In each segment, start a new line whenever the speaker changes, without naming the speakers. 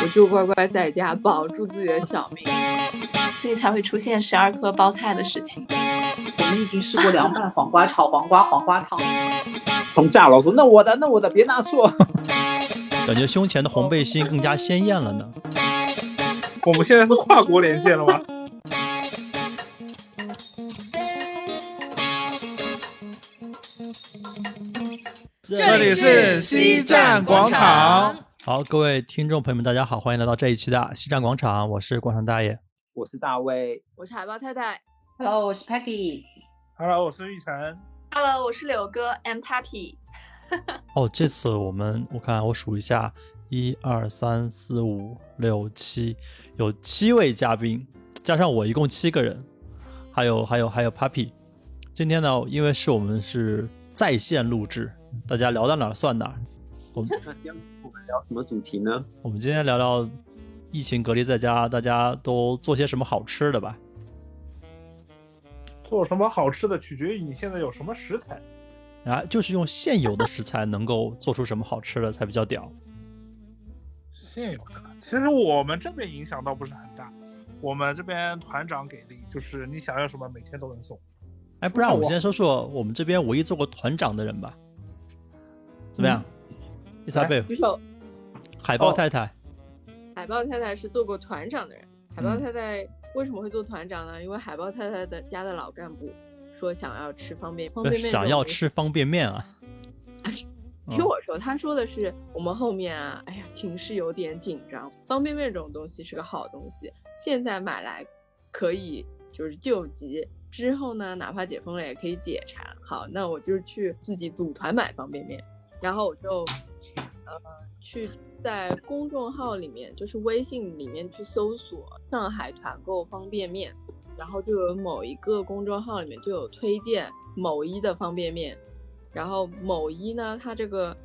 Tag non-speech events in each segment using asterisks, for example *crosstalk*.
不住乖乖在家保住自己的小命，
所以才会出现十二颗包菜的事情。
我们已经试过凉拌黄瓜炒黄瓜、黄瓜汤。
从炸老鼠，那我的，那我的，别拿错。
感觉胸前的红背心更加鲜艳了呢。
*laughs* 我们现在是跨国连线
*laughs*
了吗？
这里是西站广场。
好，各位听众朋友们，大家好，欢迎来到这一期的西站广场，我是广场大爷。
我是大卫，
我是海豹太太。
Hello，我是 Peggy。
Hello，我是玉成。
Hello，我是柳哥 and Papi。
哦，这次我们我看啊我数一下，一二三四五六七，有七位嘉宾，加上我一共七个人，还有还有还有 Papi。今天呢，因为是我们是在线录制，大家聊到哪儿算哪儿。我们
那今天我们聊什么主题呢？
我们今天聊聊疫情隔离在家，大家都做些什么好吃的吧？
做什么好吃的取决于你现在有什么食材。
啊，就是用现有的食材能够做出什么好吃的才比较屌。
现有的，其实我们这边影响倒不是很大，我们这边团长给力，就是你想要什么每天都能送。
哎，不然我们先说说我们这边唯一做过团长的人吧，怎么样？伊莎贝尔、
举手，
海豹太太，
海豹太太是做过团长的人。海
嗯
豹太太为什么会做团长呢？因为海豹太太的家的老干部说想要吃方便方便面这种东
呃想
西，
要吃方便面啊？
听我说，他说的是我们后面啊，哎呀，情势有点紧张，方便面这种东西是个好东西，现在买来可以就是救急，之后呢，哪怕解封了也可以解馋。好，那我就去自己组团买方便面，然后我就呃去在公众号里面，就是微信里面去搜索上海团购方便面，然后就有某一个公众号里面就有推荐某一的方便面，然后某一呢，它这个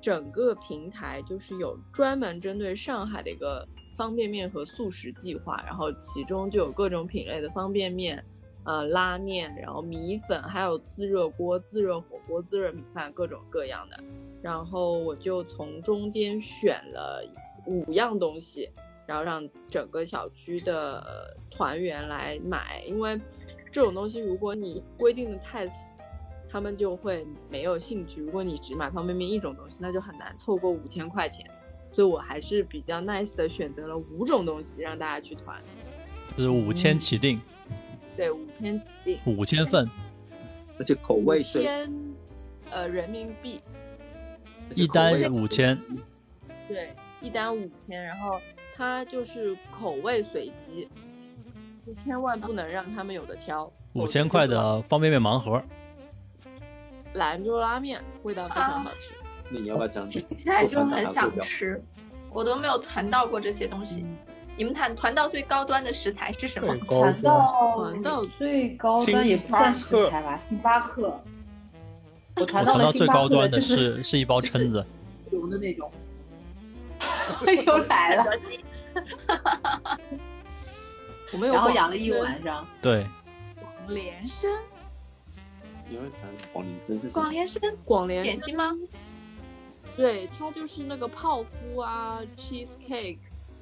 整个平台就是有专门针对上海的一个方便面和速食计划，然后其中就有各种品类的方便面，呃，拉面，然后米粉，还有自热锅、自热火锅、自热米饭，各种各样的。然后我就从中间选了五样东西，然后让整个小区的呃团员来买，因为这种东西如果你规定的太死，他们就会没有兴趣。如果你只买方便面一种东西，那就很难凑够五千块钱。所以我还是比较 nice 的选择了五种东西让大家去团，
就是五千起订，
对，五天起订，
五千份，
而且口
五
味水，
天呃人民币，
而且
一
口
单
味
五千，
对，一单五天，然后它就是口味随机，就千万不能让他们有的挑。
五千块的方便面盲盒。
兰州拉面味道非
啊
常好吃，
你要不要讲讲？
听起来就很想吃，我都没有团到过这些东西。你们团团到最高端的食材是什么
最？高
团
端
到
团到
最高端也不算食材吧，星巴克。我
我
团到
尝到
了
最
星巴
高
克
端
就
的
是
是是一包蛏子，
油的那种。 *laughs* 又来了，
我们有
然后
广
养了一
深
晚上。
对，
广莲参，
你要讲黄连真是什么
广莲参
广联
点心吗？
对，它就是那个泡芙啊，cheese cake，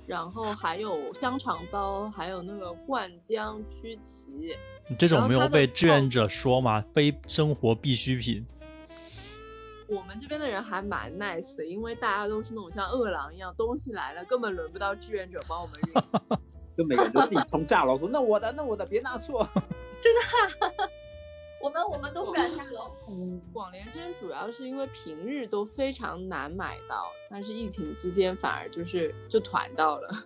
然后还有香肠包，还有那个灌浆曲奇，
你这种没有被
然后它的
志愿者说嘛，非生活必需品。
我们这边的人还蛮 nice 的，因为大家都是那种像饿狼一样，东西来了根本轮不到志愿者帮我们运。
*laughs*
就每个人都自己从炸老鼠，那我的，那我的，别拿错。
我们我们都不敢下楼。
嗯
广联参主要是因为平日都非常难买到，但是疫情之间反而就是就团到了。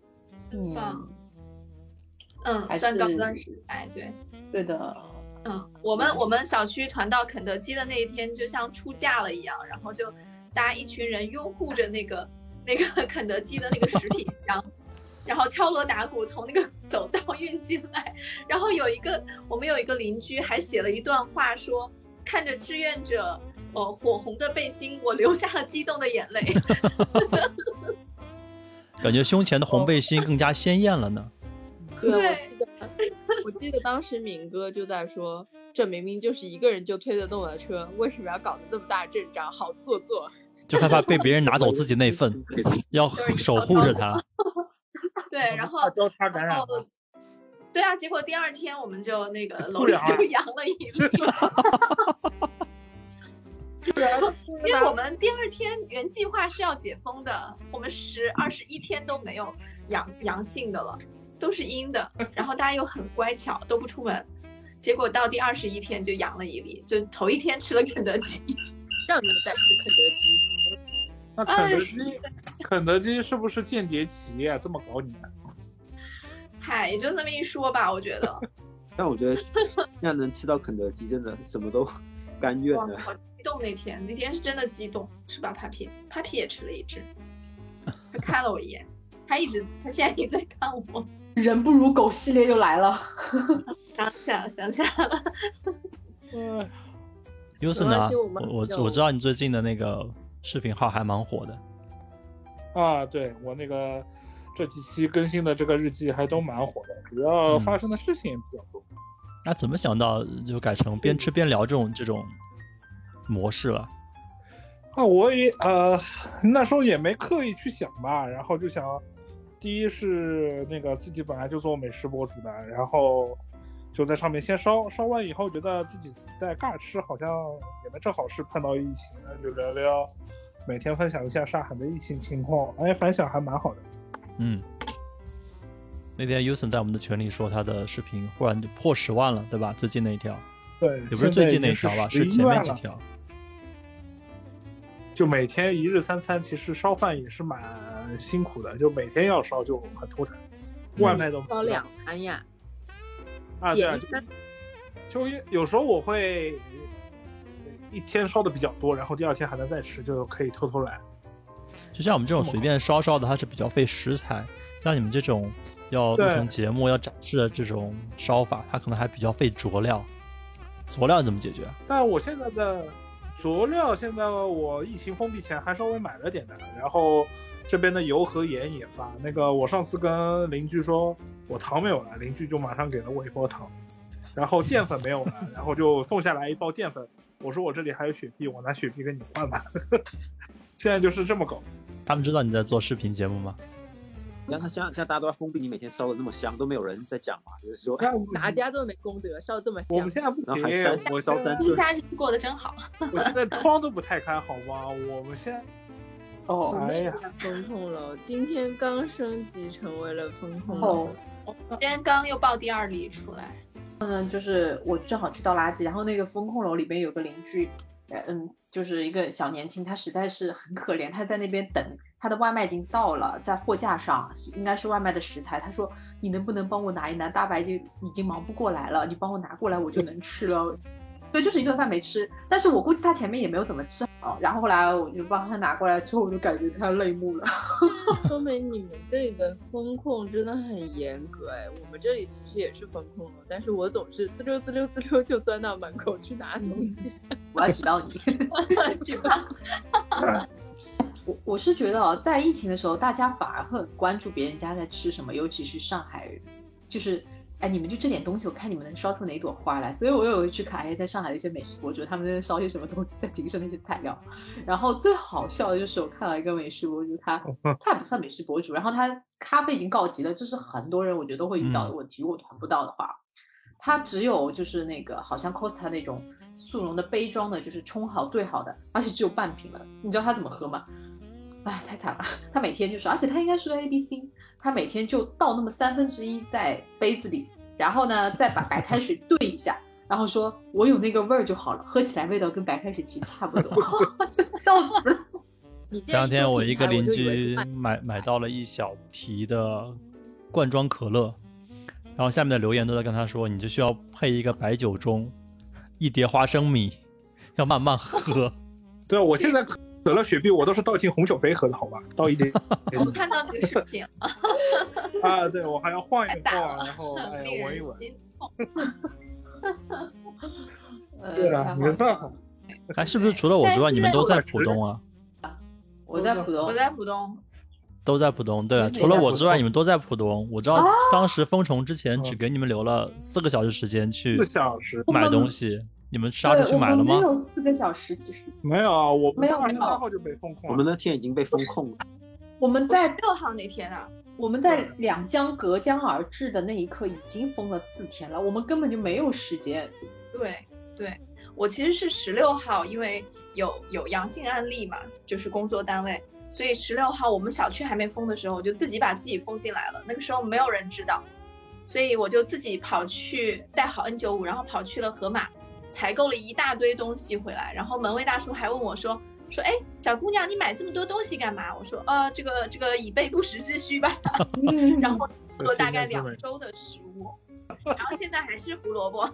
*laughs*
嗯，
嗯，
还
算
是
高端食材，对。
对的。
嗯，我们我们小区团到肯德基的那一天，就像出嫁了一样，然后就大家一群人拥护着那个那个肯德基的那个食品箱， *laughs* 然后敲锣打鼓从那个走道运进来，然后有一个我们有一个邻居还写了一段话说，看着志愿者呃火红的背心，我流下了激动的眼泪。 *laughs*
感觉胸前的红背心更加鲜艳了呢。
对，我
对
记得，我记得当时敏哥就在说，这明明就是一个人就推得动的车，为什么要搞得这么大阵仗？好做作。
就害怕被别人拿走自己那
*laughs*
份，要守护着它。
对，然后
交叉感染
然
哦
后对啊，结果第二天我们就那个楼
突
里
然啊
就阳了
*laughs*
一例，因为我们第二天原计划是要解封的，我们十二十一天都没有阳阳性的了，都是阴的，然后大家又很乖巧，都不出门，结果到第二十一天就阳了一例，就头一天吃了肯德基， *laughs*
让你再吃肯德基，
那肯德基，
哎
肯德基是不是间谍企业啊？这么搞你啊？
嗨，也就那么一说吧，我觉得。
但我觉得现在能吃到肯德基，真的什么都甘愿
哇，
的。
好激动那天，那天是真的激动，是吧，Papi？Papi 也吃了一只，他看了我一眼，他一直他现在一直在看我，
*laughs* 人不如狗系列又来了。
*laughs* 想起来了，想起来了，
嗯，
优胜呢？
没关系我们
我
就
我我知道你最近的那个视频号还蛮火的，
啊，对我那个这几期更新的这个日记还都蛮火的，主要发生的事情也比较多。
那怎么想到就改成边吃边聊这种这种模式了？
啊，我也呃那时候也没刻意去想吧，然后就想，第一是那个自己本来就做美食博主的，然后就在上面先烧烧完以后，觉得自己在尬吃好像也没正好是碰到疫情，就聊聊，每天分享一下上海的疫情情况，哎，反响还蛮好的。
嗯，那天 Uson 在我们的群里说他的视频忽然就破十万了，对吧？最近那一条
对，
也不是最近那一条吧，是前面几
条。
条。
就每天一日三餐，其实烧饭也是蛮辛苦的，就每天要烧就很头疼，
嗯
外卖都
包两餐呀，
啊，对啊
减一，餐。
就就有时候我会呃一天烧的比较多，然后第二天还能再吃，就可以偷偷来。
就像我们这种随便烧烧的，它是比较费食材；像你们这种要录成
对
节目、要展示的这种烧法，它可能还比较费佐料。佐料怎么解决啊？
但我现在的佐料，现在我疫情封闭前还稍微买了点的，然后这边的油和盐也发。那个我上次跟邻居说我糖没有了，邻居就马上给了我一包糖，然后淀粉没有了，然后就送下来一包淀粉。我说我这里还有雪碧，我拿雪碧跟你换吧。 *laughs* 现在就是这么搞，
他们知道你在做视频节目吗？
你让他想想看，大家都在封闭，你每天烧的那么香，都没有人在讲嘛，就是说，
那我们
哪家都没功德，烧这么
我
香
们。现在不行，
然后还三
我
我烧三
一
顿，
家日子过得真好，
*laughs* 我现在窗都不太开，好吗？我们现在
我
哦
们
哎
也
呀
风控楼今天刚升级成为了风控楼。
哦，
今天刚又报第二例出来，
嗯，就是我正好去倒垃圾，然后那个风控楼里边有个邻居，呃嗯，就是一个小年轻，他实在是很可怜，他在那边等，他的外卖已经到了，在货架上，是应该是外卖的食材。他说：“你能不能帮我拿一拿？大白就已经忙不过来了，你帮我拿过来，我就能吃了。”对，就是一顿饭没吃，但是我估计他前面也没有怎么吃好。然后后来我就帮他拿过来之后，我就感觉他泪目了。
说明你们这里的风控真的很严格哎，我们这里其实也是风控了，但是我总是滋溜滋溜滋溜就钻到门口去拿东西。
嗯
我要举报你。
举报。
*laughs* 我我是觉得啊，在疫情的时候，大家反而会很关注别人家在吃什么，尤其是上海人，就是哎，你们就这点东西，我看你们能烧出哪朵花来。所以我有去看，哎，在上海的一些美食博主，他们在烧些什么东西，在 *laughs* 谨慎那些材料。然后最好笑的就是我看到一个美食博主，他他也不算美食博主，然后他咖啡已经告急了，这是很多人我觉得都会遇到的问题。如果团不到的话，他只有就是那个好像 Costa 那种速溶的杯装的，就是冲好兑好的，而且只有半瓶了。你知道他怎么喝吗？哎，太惨了！他每天就是，而且他应该是 A B C，他每天就倒那么三分之一在杯子里，然后呢再把白开水兑一下，然后说我有那个味儿就好了，喝起来味道跟白开水其实差不多，真笑死了。
你这
前两
一
天
说
我一
品
个
牌
邻
就以为
居
是卖
买买到了一小提的罐装可乐，然后下面的留言都在跟他说，你就需要配一个白酒盅，一碟花生米，要慢慢喝。
*laughs* 对啊我现在可可乐、雪碧我都是倒进红酒杯喝的，好吧？倒一 *laughs* 点
我看到这个视频，
啊，对我还要晃一
还打
晃，
了
然后哎
很令
闻
人
一闻。
心痛。
呃
对啊，没办法。。
哎，是不是除了我之外，
但是
你们都在
我
浦东啊？
我在浦
我
东，
在浦东，
都在浦东，对啊，
对
除了
在
我
浦
之外，
东
你们都在浦东。我知道当时封城之前，只
嗯
给你们留了四个小时时间去
四小时
买东西，你们杀着去买了
对我们没
吗？
有四个小时，其实
没有啊，我
没有
二十
没有
三号就被封控了。
我们那天已经被封控了，
我们在
六号那天啊，
我们在两江隔江而治的那一刻已经封了四天了，我们根本就没有时间。
对对，我其实是十六号，因为有有阳性案例嘛，就是工作单位，所以十六号我们小区还没封的时候，我就自己把自己封进来了。那个时候没有人知道，所以我就自己跑去带好 N 9 5然后跑去了盒马，采购了一大堆东西回来。然后门卫大叔还问我说。说哎，小姑娘，你买这么多东西干嘛？我说，呃，这个这个以备不时之需吧。 *laughs*
嗯， *laughs*
然后
对
做
是
大
应
概
该这么
两周的食物，然后现在还是胡萝卜。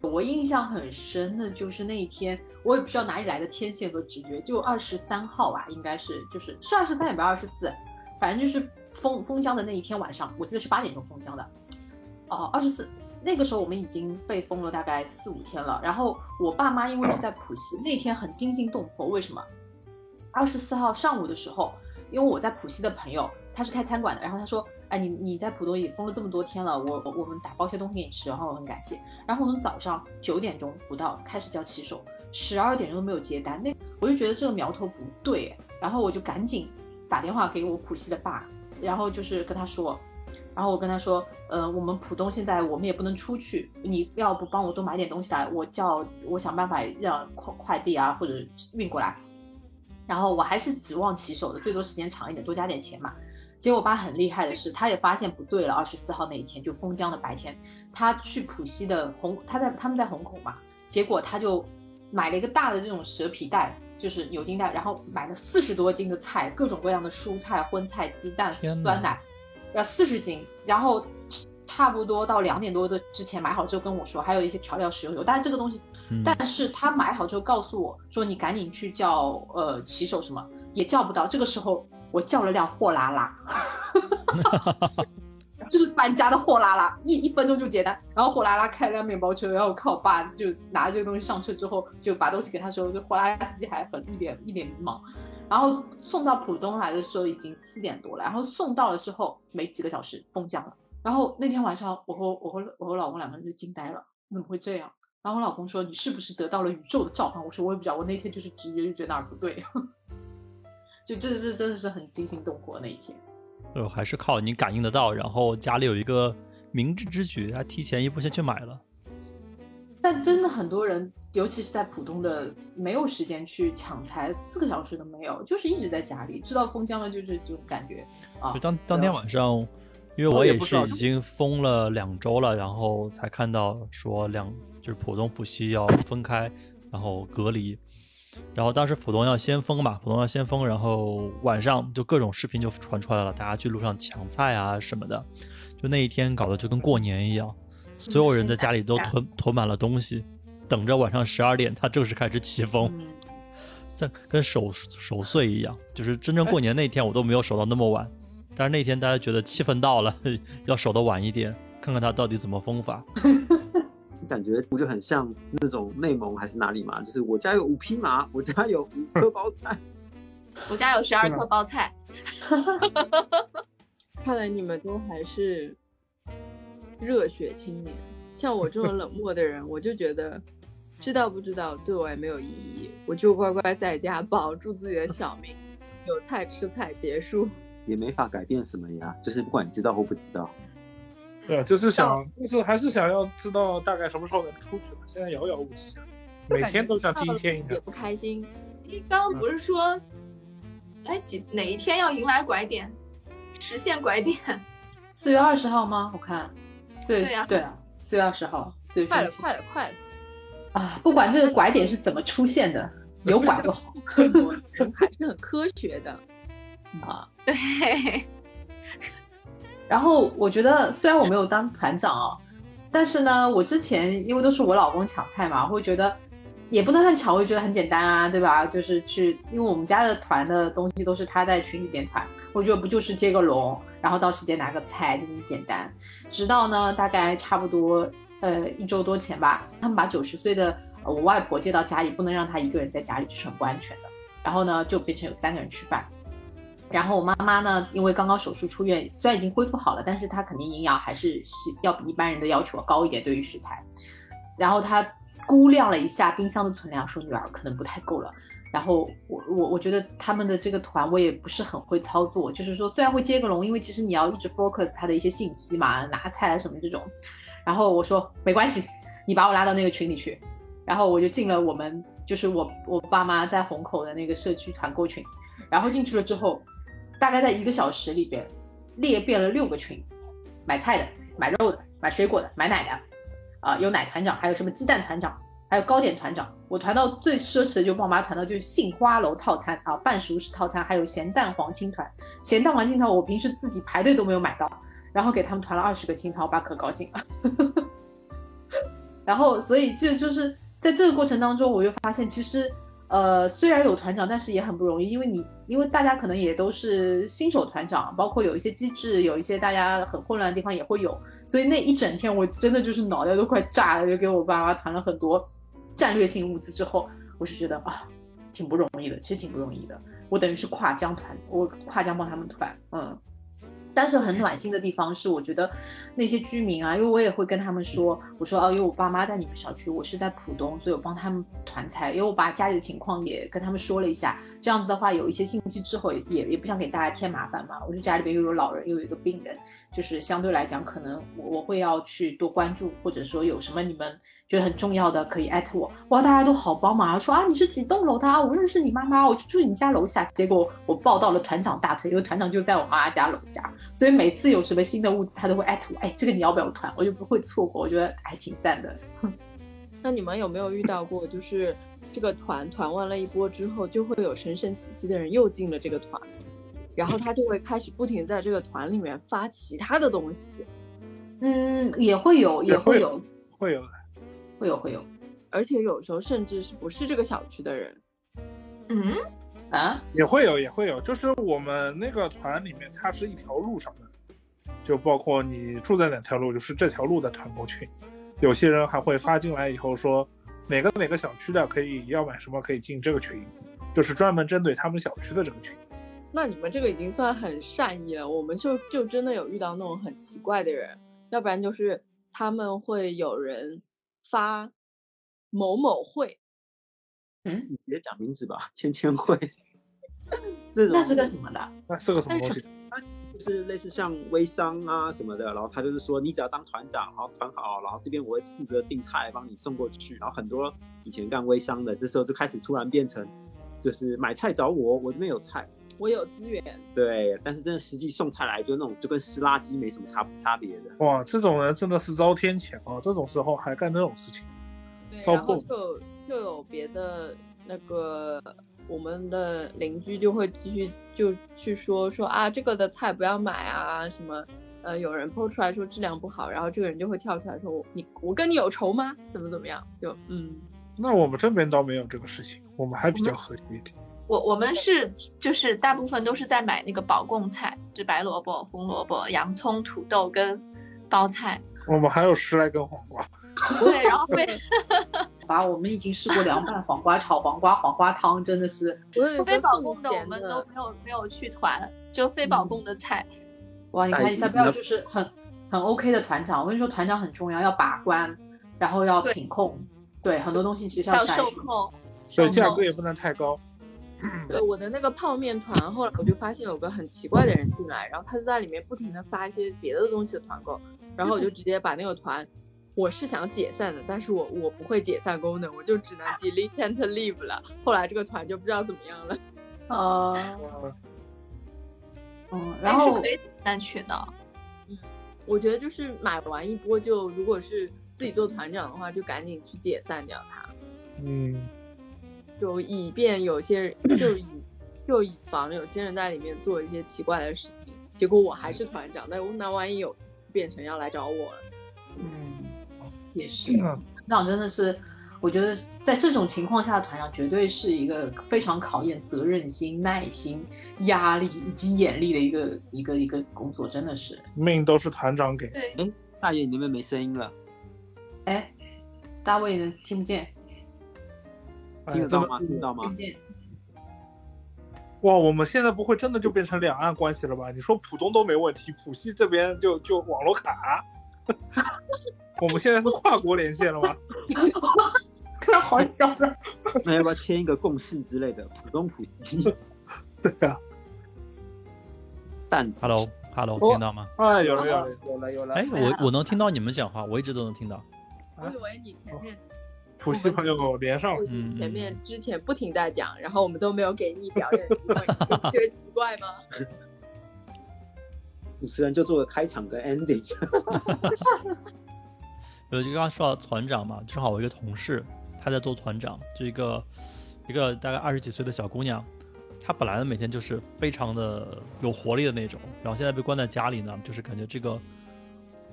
我印象很深的就是那一天，我也不知道哪里来的天线和直觉，就二十三号吧，应该是就是是二十三也不是二十四，反正就是封封箱的那一天晚上，我记得是八点钟封箱的。哦，二十四那个时候我们已经被封了大概四五天了。然后我爸妈因为是在浦西，那天很惊心动魄。为什么？二十四号上午的时候，因为我在浦西的朋友，他是开餐馆的，然后他说：“哎，你你在浦东也封了这么多天了，我我我们打包些东西给你吃，然后我很感谢。”然后我们早上九点钟不到开始叫骑手，十二点钟都没有接单，那我就觉得这个苗头不对，然后我就赶紧打电话给我浦西的爸，然后就是跟他说，然后我跟他说，呃，我们浦东现在我们也不能出去，你要不帮我多买点东西来，我叫我想办法让快快递啊或者运过来，然后我还是指望骑手的，最多时间长一点，多加点钱嘛。结果我爸很厉害的是，他也发现不对了。二十四号那一天就封江的白天，他去浦西的虹，他在他们在虹口嘛，结果他就买了一个大的这种蛇皮袋，就是牛筋袋，然后买了四十多斤的菜，各种各样的蔬菜、荤菜、鸡蛋、
天哪
酸奶，呃，四十斤，然后差不多到两点多的之前买好之后跟我说，还有一些调料、食用油，但是这个东西
嗯，
但是他买好之后告诉我说，你赶紧去叫呃骑手什么，也叫不到。这个时候我叫了辆货拉拉，就是搬家的货拉拉，一一分钟就结单。然后货拉拉开辆面包车，然后我看我爸就拿着这个东西上车之后，就把东西给他时候，就货拉拉司机还很一脸一脸迷茫。然后送到浦东来的时候已经四点多了，然后送到了之后没几个小时封箱了。然后那天晚上我和我和我和老公两个人就惊呆了，怎么会这样？然后我老公说：“你是不是得到了宇宙的召唤？”我说：“我也不知道，我那天就是直觉就觉得哪儿不对，就这这真的是很惊心动魄那一天。
呃，还是靠你感应得到，然后家里有一个明智之举，他提前一步先去买了。
但真的很多人，尤其是在浦东的，没有时间去抢财，四个小时都没有，就是一直在家里，知道封疆了就是这种感觉啊
就。当当天晚上，因为我
我也
也
不知
是
道
已
就
经封了两周了，然后才看到说两就是浦东浦西要分开，然后隔离。然后当时浦东要先封嘛，浦东要先封，然后晚上就各种视频就传出来了，大家去路上抢菜啊什么的，就那一天搞得就跟过年一样，所有人在家里都囤囤满了东西，等着晚上十二点它正式开始起封。
嗯，
在跟守守岁一样，就是真正过年那天我都没有守到那么晚，但是那天大家觉得气氛到了， *laughs* 要守得晚一点，看看他到底怎么封法。
感觉我就很像那种内蒙还是哪里嘛，就是我家有五匹马，我家有五颗包菜，
我家有十二
是吗
颗包菜，
看来你们都还是热血青年。像我这种冷漠的人，我就觉得知道不知道对我也没有意义，我就乖乖在家保住自己的小命，有菜吃菜结束。
也没法改变什么呀。就是不管你知道或不知道，
对，啊就是想，就是还是想要知道大概什么时候能出去嘛。现在遥遥无期，啊每天都想啊听一天一
也
天。
不开心，
刚刚不是说，哎几哪一天要迎来拐点，实现拐点？ *laughs*
四月二十号吗？我看，四月
对呀
对啊，四月二十号，四
嗯
月
快了
中旬
快了快了！
啊！不管这个拐点是怎么出现的，有拐就好
人还是很科学的，
啊。
对，
然后我觉得，虽然我没有当团长啊、但是呢，我之前因为都是我老公抢菜嘛，会觉得也不能算抢，我也觉得很简单啊，对吧？就是去，因为我们家的团的东西都是他在群里边团，我觉得不就是接个龙，然后到时间拿个菜，就这么简单。直到呢，大概差不多呃一周多前吧，他们把九十岁的呃我外婆接到家里，不能让她一个人在家里，这是很不安全的。然后呢，就变成有三个人吃饭。然后我妈妈呢，因为刚刚手术出院，虽然已经恢复好了，但是她肯定营养还是是要比一般人的要求高一点，对于食材。然后他估量了一下冰箱的存量，说女儿可能不太够了。然后我我我觉得他们的这个团我也不是很会操作，就是说虽然会接个龙，因为其实你要一直 focus 他的一些信息嘛，拿菜啊什么这种。然后我说没关系，你把我拉到那个群里去，然后我就进了我们就是我我爸妈在虹口的那个社区团购群，然后进去了之后，大概在一个小时里边裂变了六个群，买菜的、买肉的、买水果的、买奶的，啊、有奶团长，还有什么鸡蛋团长，还有糕点团长。我团到最奢侈的就帮我妈团到就是杏花楼套餐啊，半熟食套餐，还有咸蛋黄青团。咸蛋黄青团我平时自己排队都没有买到，然后给他们团了二十个青团，我爸可高兴了。 *laughs* 然后，所以这就是在这个过程当中，我就发现其实，呃，虽然有团长，但是也很不容易，因为你因为大家可能也都是新手团长，包括有一些机制，有一些大家很混乱的地方也会有，所以那一整天我真的就是脑袋都快炸了，就给我爸妈团了很多战略性物资之后，我是觉得啊，挺不容易的，其实挺不容易的。我等于是跨江团，我跨江帮他们团，嗯。但是很暖心的地方是，我觉得那些居民啊，因为我也会跟他们说，我说哦，因为我爸妈在你们小区，我是在浦东，所以我帮他们团菜，因为我把家里的情况也跟他们说了一下，这样子的话有一些信息之后也也也不想给大家添麻烦嘛。我说家里边又有老人，又有一个病人，就是相对来讲，可能我我会要去多关注，或者说有什么你们觉得很重要的可以艾特我。哇，大家都好帮忙，说啊你是几栋楼的啊，我认识你妈妈，我就住你家楼下。结果我抱到了团长大腿，因为团长就在我妈家楼下。所以每次有什么新的物资，他都会艾特我，哎，这个你要不要团？我就不会错过，我觉得还挺赞的。
那你们有没有遇到过，就是这个团团完了一波之后，就会有神神气气的人又进了这个团，然后他就会开始不停在这个团里面发其他的东西，
嗯，也会有，也会有，
会有的。
会有，会有
而且有时候甚至是不是这个小区的人，
嗯，
啊，
也会有，也会有，就是我们那个团里面，它是一条路上的，就包括你住在哪条路，就是这条路的团购群。有些人还会发进来以后说，哪个哪个小区的可以要买什么可以进这个群，就是专门针对他们小区的这个群。
那你们这个已经算很善意了。我们就就真的有遇到那种很奇怪的人，要不然就是他们会有人发某某会，
嗯，
你直接讲名字吧， *laughs* 千
*laughs*
千惠。这种
那是个什么的？
那是个什么东西？
就是类似像微商啊什么的，然后他就是说你只要当团长，然后团好，然后这边我会负责订菜帮你送过去，然后很多以前干微商的，这时候就开始突然变成就是买菜找我，我这边有菜，
我有资源，
对，但是真的实际送菜来就那种就跟湿垃圾没什么差差别的，
哇，这种人真的是遭天谴啊！这种时候还干这种事情，
对，
骚
然后
货
就有就有别的那个我们的邻居就会继续就去说说啊这个的菜不要买啊什么，呃有人抛出来说质量不好，然后这个人就会跳出来说我你我跟你有仇吗？怎么怎么样？就嗯，
那我们这边倒没有这个事情，我们还比较和谐一点。
我我们是就是大部分都是在买那个保供菜，就是白萝卜、红萝卜、洋葱、土豆跟包菜。
我们还有十来根黄瓜，
对，然后会
把我们已经试过凉拌黄瓜炒黄瓜、黄瓜汤，真的是
我有
非
非
保
常
供的我们都没有没有去团，就非保供的菜。
哇！你
哎
看一下，
你
不要
的
就是很很 OK 的团长。我跟你说，团长很重要，要把关，然后要
对
品控，对很多东西其实
还
要
有
筛
售
选。
后，
所
售
以价格
后
也不能太高。
对我的那个泡面团，后来我就发现有个很奇怪的人进来，然后他就在里面不停的发一些别的东西的团购，然后我就直接把那个团，我是想解散的，但是我我不会解散功能，我就只能 delete and leave 了。后来这个团就不知道怎么样了。
呃，嗯，然
还
后
是可以单去的。
我觉得就是买完一波就，如果是自己做团长的话，就赶紧去解散掉它，
嗯， *clears throat*
就以便有些人就以就以防有些人在里面做一些奇怪的事情。结果我还是团长，那那万一有变成要来找我了。
嗯，也是，团长真的是，我觉得在这种情况下的团长绝对是一个非常考验责任心、耐心、压力以及眼力的一个一个一个工作，真的是。
命都是团长给。
对，
大爷你那边没声音了，
哎，大卫呢？听不见，
哎
听得到
真的
吗？听得到
听
吗
不？见。
哇，我们现在不会真的就变成两岸关系了吧？你说浦东都没问题，浦西这边就就网络卡， *laughs* 我们现在是跨国连线了吗？ *laughs*
好笑的。
那要不要签一个共识之类的， *laughs* 浦东浦西
对啊，
蛋子
Hello Hello，听到吗？
哎，有了有
哦
了有了有了。
哎，我我能听到你们讲话，我一直都能听到。
我
啊
以为你前面
浦西朋友连
哎
上了，
嗯，哦嗯
前面之前不停在讲，然后我们都没有给你表演机会，你觉得奇怪吗？
主持人就做个开场跟 ending。 *laughs*
呃，就刚刚说到团长嘛，正好我一个同事，她在做团长，就一个一个大概二十几岁的小姑娘，她本来每天就是非常的有活力的那种，然后现在被关在家里呢，就是感觉这个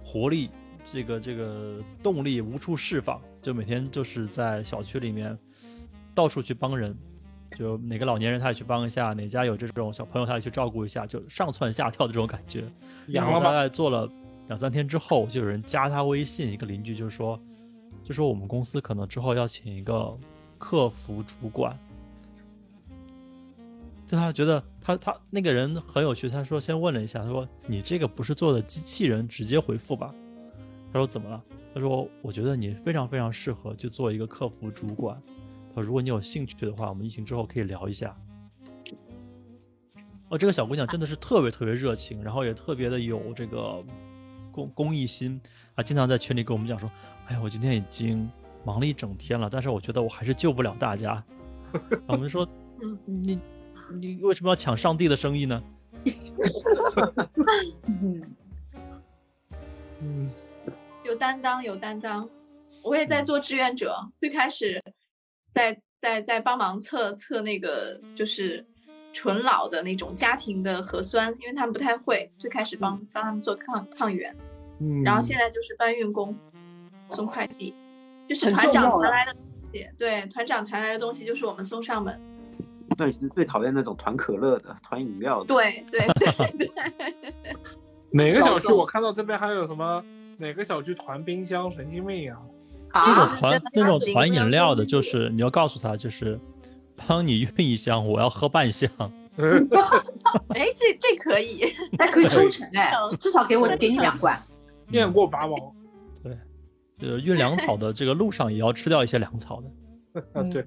活力、这个这个动力无处释放，就每天就是在小区里面到处去帮人，就哪个老年人她也去帮一下，哪家有这种小朋友她也去照顾一下，就上蹿下跳的这种感觉。然
阳
后
了
大
吗？
概做了两三天之后，就有人加他微信，一个邻居就说，就说我们公司可能之后要请一个客服主管。就他觉得他他那个人很有趣，他说先问了一下，他说你这个不是做的机器人直接回复吧？他说怎么了？他说我觉得你非常非常适合去做一个客服主管。他说如果你有兴趣的话，我们疫情之后可以聊一下。哦，这个小姑娘真的是特别特别热情，然后也特别的有这个公公益心啊，经常在群里跟我们讲说，哎呀，我今天已经忙了一整天了，但是我觉得我还是救不了大家。然后我们说，你你为什么要抢上帝的生意呢？
嗯，
嗯，
有担当，有担当。我也在
嗯
做志愿者，最开始在在在帮忙测测那个就是纯老的那种家庭的核酸，因为他们不太会，最开始帮帮他们做抗抗原，
嗯
然后现在就是搬运工、送快递，就是
很
团
重
长
要啊
团
了
来的东西，对，团长团来的东西就是我们送上门，
那你是最讨厌那种团可乐的、团饮料的。
对
*laughs*
对对对，
哪个小
老
区？
总
我看到这边还有什么哪个小区团冰箱，神经病 *laughs* 啊！
那种
是
团
真的
那
要
种
做
团
志愿
饮料
者
的，就是你要告诉他，就是帮你运一箱，我要喝半箱。 *laughs*
哎，这这可以， *laughs*
还可以抽成哎
对，
至少给我给你两罐。
雁过拔毛，
呃，运粮草的这个路上也要吃掉一些粮草的。
啊，
嗯
对，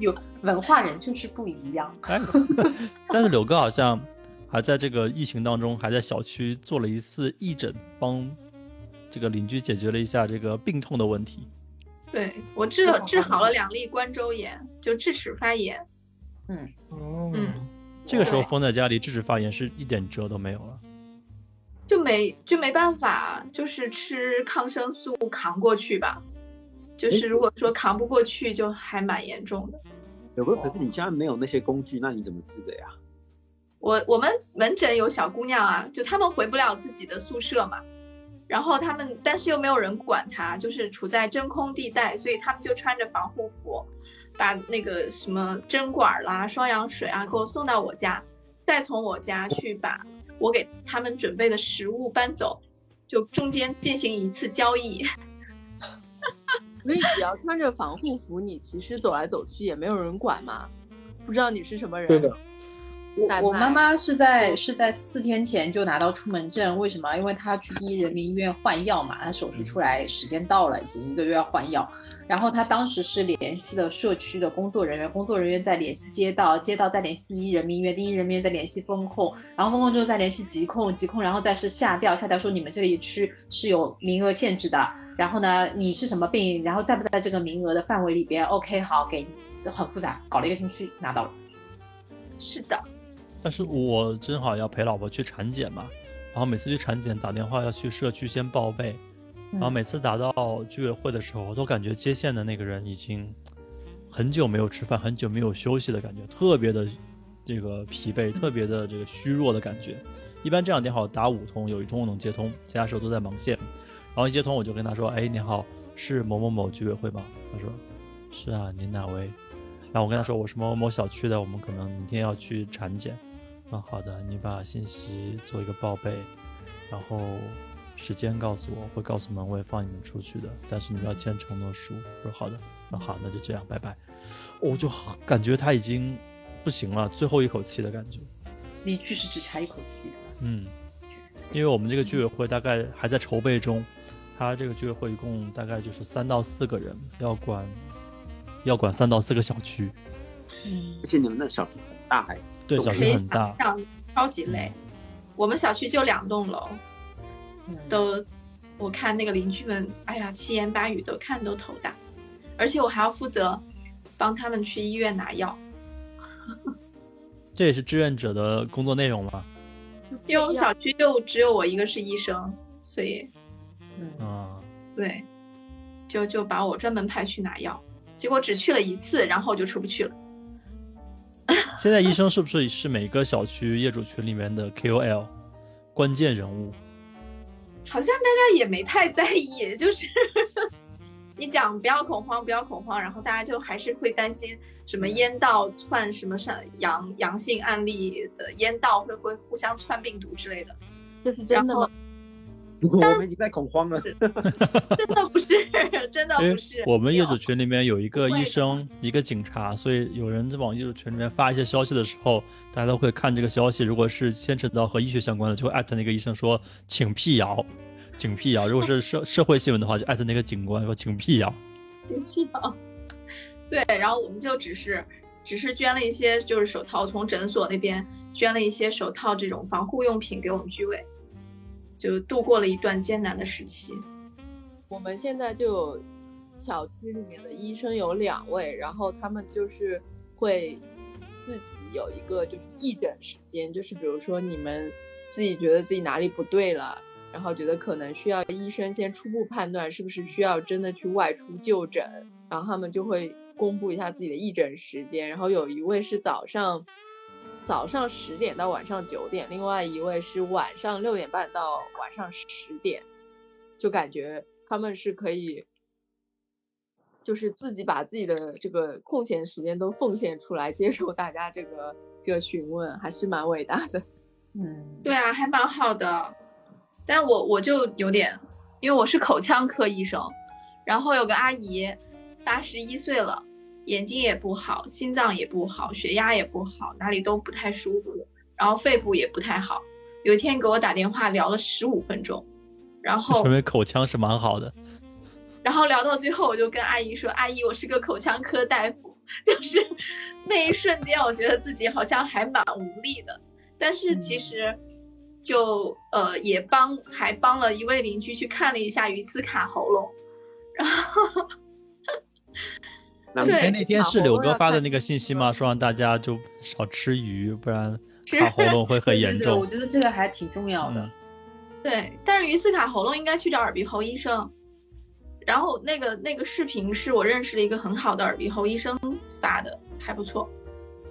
有文化人就是不一样。
哎，但是柳哥好像还在这个疫情当中，还在小区做了一次义诊，帮这个邻居解决了一下这个病痛的问题。
对我治
这好
治
办
好了两例关周炎，就智齿发炎。
嗯
嗯，
这个时候
对
封在家里，制止发炎是一点辙都没有了。
就没就没办法，就是吃抗生素扛过去吧。就是如果说扛不过去，就还蛮严重的。
有个可是你现在没有那些工具，那你怎么治的呀？
我我们门诊有小姑娘啊，就她们回不了自己的宿舍嘛，然后她们但是又没有人管她，就是处在真空地带，所以她们就穿着防护服，把那个什么针管啦、双氧水啊给我送到我家，再从我家去把我给她们准备的食物搬走，就中间进行一次交易。
所以只要穿着防护服，你其实走来走去也没有人管嘛，不知道你是什么人。
对的，
奶
我我
奶
妈妈是在是在四天前就拿到出门证，为什么？因为她去第一人民医院换药嘛，她手术出来时间到了，已经一个月要换药。然后她当时是联系了社区的工作人员，工作人员再联系街道，街道再联系第一人民医院，第一人民医院再联系风控，然后风控之后再联系疾控，疾控然后再是下调，下调说你们这个区是有名额限制的，然后呢你是什么病，然后在不在这个名额的范围里边？OK，好，给你，很复杂，搞了一个星期拿到了。
是的，
但是我正好要陪老婆去产检嘛，然后每次去产检打电话要去社区先报备，然后
嗯
每次打到居委会的时候，我都感觉接线的那个人已经很久没有吃饭，很久没有休息的感觉，特别的这个疲惫，特别的这个虚弱的感觉。一般这样电话我打五通，有一通我能接通，其他时候都在忙线。然后一接通我就跟他说：“哎，你好，是某某某居委会吗？”他说：“是啊，您哪位？”然后我跟他说：“我是某某某小区的，我们可能明天要去产检。”啊，好的，你把信息做一个报备，然后时间告诉我，会告诉门卫放你们出去的，但是你们要签承诺书。我说好的，那好，那就这样，拜拜。我就感觉他已经不行了，最后一口气的感觉。
离去是只差一口气。
嗯，因为我们这个居委会大概还在筹备中，他这个居委会一共大概就是三到四个人，要管要管三到四个小区，
嗯
而且你们那小区很大哎，
对，
懂
小
可
区
以
很大
想，象，超级累。我们小区就两栋楼，都我看那个邻居们，哎呀，七言八语都看都头大，而且我还要负责帮他们去医院拿药，
这也是志愿者的工作内容嘛，
因为我们小区就只有我一个是医生，所以
嗯，
啊、
对，就就把我专门派去拿药，结果只去了一次，然后就出不去了。
现在医生是不是是每个小区业主群里面的 KOL 关键人物？
好像大家也没太在意， *laughs* 就是你讲不要恐慌，不要恐慌，然后大家就还是会担心什
嗯
么烟道窜什么上阳阳性案例的烟道会不会互相窜病毒之类的，
这是真的吗？
我们已经在恐慌了。
真的不是，真的
因为
不是。
我们
没有
业主群里面有一个
不会
医
的
生，一个警察，所以有人在往业主群里面发一些消息的时候，大家都会看这个消息。如果是牵扯到和医学相关的，就会艾特那个医生说“请辟谣”，请辟谣。如果是社社会新闻的话，就艾特那个警官说“请辟谣
对，然后我们就只是只是捐了一些，就是手套，从诊所那边捐了一些手套这种防护用品给我们居委，就度过了一段艰难的时期。
我们现在就有小区里面的医生有两位，然后他们就是会自己有一个就是义诊时间，就是比如说你们自己觉得自己哪里不对了，然后觉得可能需要医生先初步判断是不是需要真的去外出就诊，然后他们就会公布一下自己的义诊时间，然后有一位是早上。早上十点到晚上九点，另外一位是晚上六点半到晚上十点，就感觉他们是可以，就是自己把自己的这个空闲时间都奉献出来，接受大家这个这个询问，还是蛮伟大的。 *laughs*
嗯，
对啊，还蛮好的。但我我就有点，因为我是口腔科医生，然后有个阿姨，八十一岁了，眼睛也不好，心脏也不好，血压也不好，哪里都不太舒服，然后肺部也不太好。有一天给我打电话聊了十五分钟，然”，后
说明口腔是蛮好的。
然后聊到最后，我就跟阿姨说：“阿姨，我是个口腔科大夫。” *laughs* 就是那一瞬间，我觉得自己好像还蛮无力的，但是
嗯
其实就呃也帮还帮了一位邻居去看了一下鱼刺卡喉咙，
那
对
哎，那天是柳哥发的那个
卡
信息吗？说让大家就少吃鱼，不然
吃
卡喉咙会很
对
严
对对，我
重。
觉得这个还挺重要的
嗯。，
对，但是鱼刺卡喉咙应该去找耳鼻喉医生。然后那个那个视频是我认识了一个很好的耳鼻喉医生发的，还不错。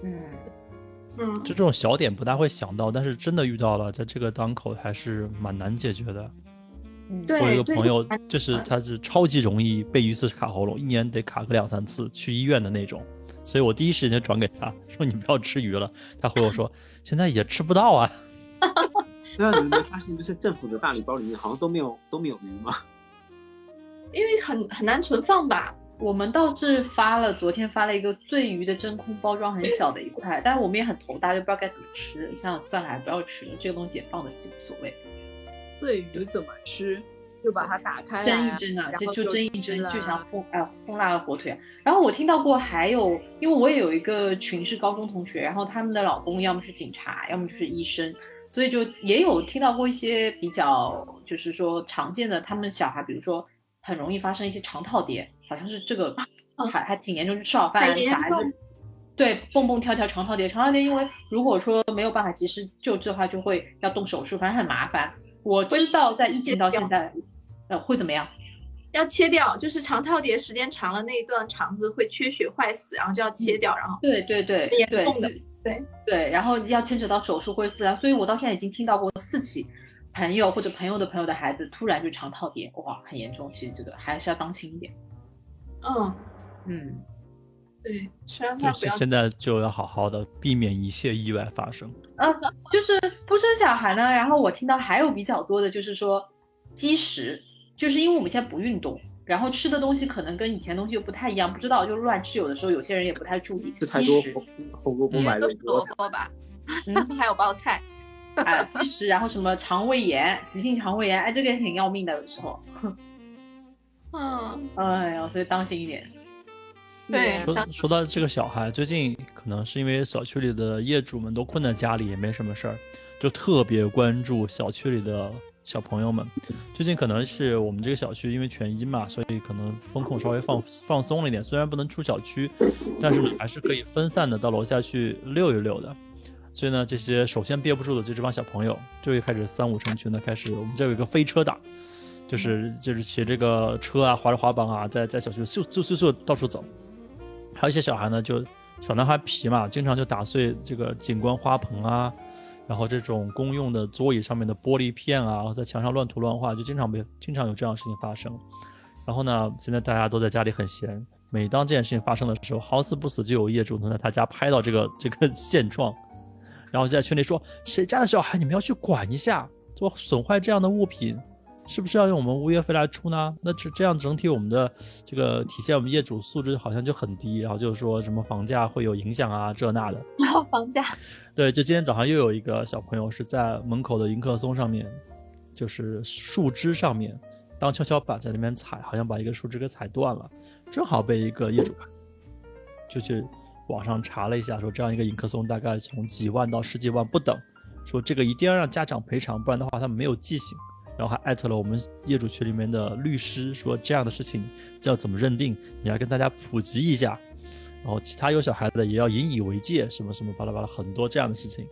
嗯，
嗯，
就这种小点不大会想到，但是真的遇到了，在这个当口还是蛮难解决的。
嗯
对
我有一个
对
朋友
还，
就是他是超级容易被鱼刺卡喉咙，一年得卡个两三次，去医院的那种。所以我第一时间就转给他，说你不要吃鱼了。他回我
*laughs*
说现在也吃不到啊。
那你们发现就是政府的大礼包里面好像都没有都没有鱼吗？
因为很很难存放吧，
我们倒是发了，昨天发了一个醉鱼的真空包装很小的一块，但是我们也很头大，就不知道该怎么吃。想想算了，还不要吃了，这个东西也放得起，无所谓。
对鱼怎么吃？就把它打开来
蒸一
啊
蒸啊，
然
这
后
就蒸一
吃
蒸，
啦
就像风啊风辣的火腿。然后我听到过还有，因为我也有一个群是高中同学，然后他们的老公要么是警察，要么就是医生，所以就也有听到过一些比较就是说常见的，他们小孩比如说很容易发生一些肠套叠，好像是这个
啊
还还挺严重，就吃好饭
很严
小孩子
重
对，蹦蹦跳跳长套叠，长套叠，因为如果说没有办法及时救治的话，就会要动手术，反正很麻烦。我知道在疫情到现在，呃，会怎么样？
要切掉，就是肠套叠时间长了那一段肠子会缺血坏死，然后就要切掉，然后
对对对
严
对
重的
就
嗯对
对，然后要牵扯到手术恢复啊，所以我到现在已经听到过四起朋友或者朋友的朋友的孩子突然就肠套叠，哇，很严重。其实这个还是要当心一点。
嗯，
嗯，
对，吃完
对，
饭不
现
要
现在就要好好的避免一切意外发生。
就是不生小孩呢，然后我听到还有比较多的就是说积食，就是因为我们现在不运动，然后吃的东西可能跟以前东西又不太一样，不知道就乱吃，有的时候有些人也不太注意
是太
积
多
食。
红红萝卜
嗯
买
都
的
是
多
萝，卜吧，
嗯
还有包菜，
啊，积食，然后什么肠胃炎、急性肠胃炎，哎，这个也很要命的，有时候。
嗯，
哎呦，所以当心一点。
对，当
说说到这个小孩，最近可能是因为小区里的业主们都困在家里，也没什么事儿，就特别关注小区里的小朋友们。最近可能是我们这个小区因为全阴嘛，所以可能风控稍微放放松了一点，虽然不能出小区，但是你还是可以分散的到楼下去溜一溜的。所以呢，这些首先憋不住的就这帮小朋友，就又开始三五成群的开始，我们这有一个飞车党，就是就是骑这个车啊，滑着滑板啊，在在小区咻咻咻咻到处走。还有一些小孩呢，就小男孩皮嘛，经常就打碎这个景观花盆啊，然后这种公用的桌椅上面的玻璃片啊，然后在墙上乱涂乱画，就经常被经常有这样的事情发生。然后呢，现在大家都在家里很闲，每当这件事情发生的时候，好死不死就有业主能在他家拍到这个 *laughs* 这个现状。然后就在群里说：“谁家的小孩，你们要去管一下，做损坏这样的物品，是不是要用我们物业费来出呢？那这这样整体我们的这个体现我们业主素质好像就很低。然后就是说什么房价会有影响啊，这那的。
然后房价，
对，就今天早上又有一个小朋友是在门口的迎客松上面，就是树枝上面当跷跷板在那边踩，好像把一个树枝给踩断了，正好被一个业主就去网上查了一下，说这样一个迎客松大概从几万到十几万不等，说这个一定要让家长赔偿，不然的话他们没有记性。然后还艾特了我们业主群里面的律师，说这样的事情要怎么认定，你要跟大家普及一下。然后其他有小孩子的也要引以为戒，什么什么巴拉巴拉，很多这样的事情，